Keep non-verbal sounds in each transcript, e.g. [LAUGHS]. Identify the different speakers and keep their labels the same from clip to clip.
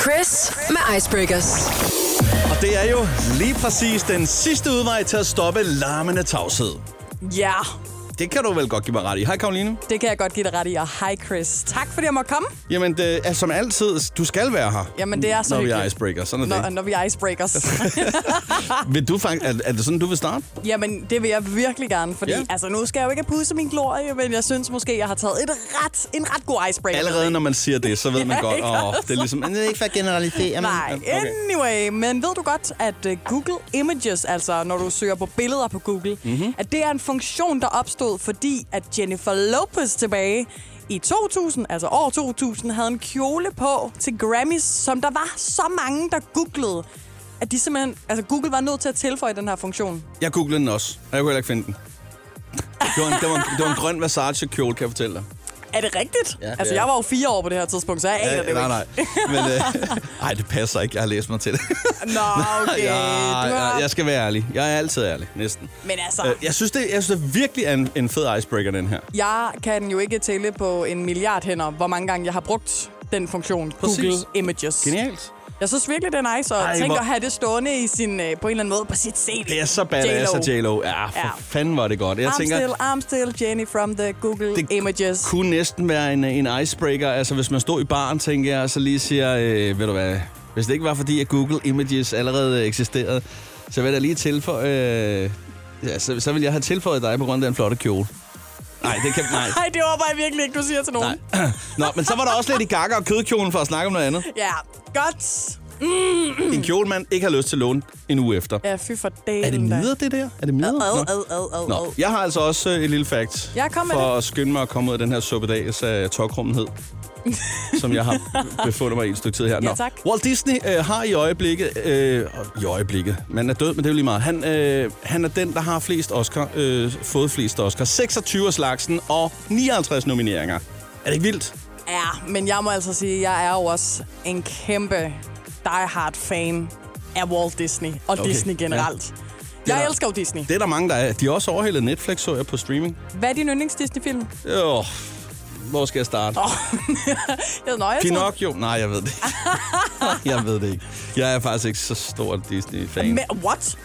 Speaker 1: Chris med Icebreakers.
Speaker 2: Og det er jo lige præcis den sidste udvej til at stoppe larmende tavshed.
Speaker 3: Ja,
Speaker 2: Det kan du vel godt give mig ret i. Hej Karoline.
Speaker 3: det kan jeg godt give dig ret i. Og hej Chris. Tak fordi jeg måtte komme,
Speaker 2: Jamen, det er, som altid, du skal være her.
Speaker 3: Jamen, det er så
Speaker 2: Når vi er
Speaker 3: hyggeligt.
Speaker 2: icebreaker, sådan er
Speaker 3: når,
Speaker 2: det.
Speaker 3: når vi er icebreakers.
Speaker 2: [LAUGHS] Vil du faktisk, er, er det sådan, du vil starte?
Speaker 3: Jamen, det vil jeg virkelig gerne, fordi
Speaker 2: Ja.
Speaker 3: ja. altså, nu skal jeg jo ikke pusse min glorie, men jeg synes måske, jeg har taget et ret, en ret god icebreaker.
Speaker 2: Allerede når man siger det, så ved man
Speaker 3: Ja,
Speaker 2: godt,
Speaker 3: ikke
Speaker 2: åh, oh,
Speaker 3: også?
Speaker 2: det er ligesom... Det er ikke for at generalisere,
Speaker 3: Nej, anyway. Men ved du godt, at øh, Google Images, altså når du søger på billeder på Google,
Speaker 2: Mhm.
Speaker 3: mm-hmm. at det er en funktion, der opstod, fordi at Jennifer Lopez tilbage i 2000, altså år 2000, havde en kjole på til Grammys, som der var så mange, der googlede, at de simpelthen, altså Google var nødt til at tilføje den her funktion.
Speaker 2: Jeg googlede den også, og jeg kunne heller ikke finde den. Det var en, det var en, det var en grøn Versace-kjole, kan jeg fortælle dig.
Speaker 3: Er det rigtigt?
Speaker 2: Ja, det
Speaker 3: altså,
Speaker 2: er
Speaker 3: jeg
Speaker 2: det.
Speaker 3: var jo fire år på det her tidspunkt, så jeg aner det jo
Speaker 2: nej,
Speaker 3: ikke.
Speaker 2: nej. Men, øh, [LAUGHS] ej, det passer ikke. Jeg har læst mig til det.
Speaker 3: Nå, okay.
Speaker 2: [LAUGHS] ja,
Speaker 3: du har...
Speaker 2: jeg, jeg skal være ærlig. Jeg er altid ærlig, næsten.
Speaker 3: Men altså...
Speaker 2: Øh, Jeg synes, det, jeg synes, det virkelig er en, en fed icebreaker, den her.
Speaker 3: Jeg kan jo ikke tælle på en milliard hænder, hvor mange gange jeg har brugt den funktion,
Speaker 2: Præcis.
Speaker 3: Google Images.
Speaker 2: Genialt.
Speaker 3: Jeg synes virkelig, det er nice, og
Speaker 2: Ej,
Speaker 3: tænk
Speaker 2: hvor-
Speaker 3: at have det stående i sin, øh, på en eller anden måde på sit CV.
Speaker 2: Det er så badass af J-Lo. Ja, for
Speaker 3: Ja.
Speaker 2: fanden var det godt. Jeg
Speaker 3: I'm
Speaker 2: tænker,
Speaker 3: still, I'm still Jenny from the Google
Speaker 2: Det
Speaker 3: Images.
Speaker 2: kunne næsten være en, en icebreaker. Altså, hvis man stod i baren, tænker jeg, og så lige siger, øh, ved du hvad, hvis det ikke var fordi, at Google Images allerede eksisterede, så vil jeg da lige tilføje, øh, ja, så, så vil jeg have tilføjet dig på grund af den flotte kjole. Nej, det kan nej.
Speaker 3: Nej, det håber jeg virkelig ikke, du siger til nogen.
Speaker 2: nej. Nå, men så var der også lidt i gakker og kødkjolen for at snakke om noget andet.
Speaker 3: Ja, godt.
Speaker 2: En kjole, man ikke har lyst til at låne en uge efter.
Speaker 3: Ja, fy for delen.
Speaker 2: Er det
Speaker 3: da.
Speaker 2: midler, det der? Er det midler?
Speaker 3: Ad,
Speaker 2: Nå.
Speaker 3: ad, ad, ad,
Speaker 2: Nå,
Speaker 3: ad.
Speaker 2: jeg har altså også øh, et lille fact
Speaker 3: Ja, kom med
Speaker 2: for
Speaker 3: det.
Speaker 2: at skynde mig at komme ud af den her suppedags af tokrummenhed,
Speaker 3: [LAUGHS]
Speaker 2: som jeg har befundet mig i et stykke tid her.
Speaker 3: Ja, tak.
Speaker 2: Walt Disney øh, har i øjeblikket... Øh, I øjeblikket? Man er død, men det er jo lige meget. Han, øh, han er den, der har flest Oscar, øh, fået flest Oscar. 26 af slagsen og 59 nomineringer. Er det ikke vildt?
Speaker 3: Ja, men jeg må altså sige, at jeg er jo også en kæmpe die-hard-fan af Walt Disney og
Speaker 2: Okay,
Speaker 3: okay. Disney generelt.
Speaker 2: er
Speaker 3: Ja.
Speaker 2: der-
Speaker 3: Jeg elsker jo Disney.
Speaker 2: Det er der mange, der er. De har også overhældet Netflix, så jeg på streaming.
Speaker 3: Hvad er din yndlings Disney-film?
Speaker 2: Åh, hvor skal jeg starte?
Speaker 3: Oh. jeg ved, nå, jeg troede-
Speaker 2: Pinocchio? Nej, jeg ved det ikke. [LAUGHS] jeg ved det ikke. Jeg er faktisk ikke så stor Disney-fan. Men,
Speaker 3: Men, what?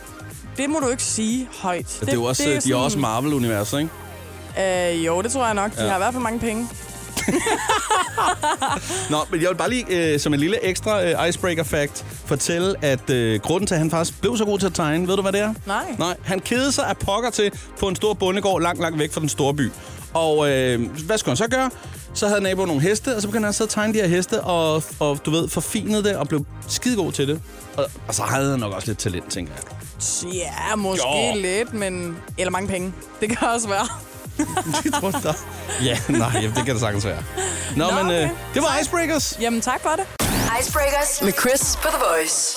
Speaker 3: Det må du ikke sige højt. Det,
Speaker 2: det, er jo også, de er også Marvel-universet, ikke?
Speaker 3: Øh, jo, det tror jeg nok. De ja. har i hvert fald mange penge.
Speaker 2: Nå, men jeg vil bare lige øh, som en lille ekstra øh, icebreaker-fact fortælle, at øh, grunden til, at han faktisk blev så god til at tegne, ved du, hvad det er?
Speaker 3: Nej.
Speaker 2: Nej, han kedede sig af pokker til på en stor bondegård langt, langt væk fra den store by. Og øh, hvad skulle han så gøre? Så havde naboen nogle heste, og så begyndte han så at tegne de her heste, og, og du ved, forfinede det og blev skidegod til det. Og, og så havde han nok også lidt talent, tænker jeg.
Speaker 3: Ja, måske
Speaker 2: Jo.
Speaker 3: jo. lidt, men... Eller mange penge. Det kan også være.
Speaker 2: [LAUGHS] Det tror jeg. Ja, nej, ja, det kan det sagtens være. Nå, Nå men
Speaker 3: okay.
Speaker 2: øh, det var Icebreakers.
Speaker 3: Jamen, tak for det.
Speaker 1: Icebreakers med Chris på The Voice.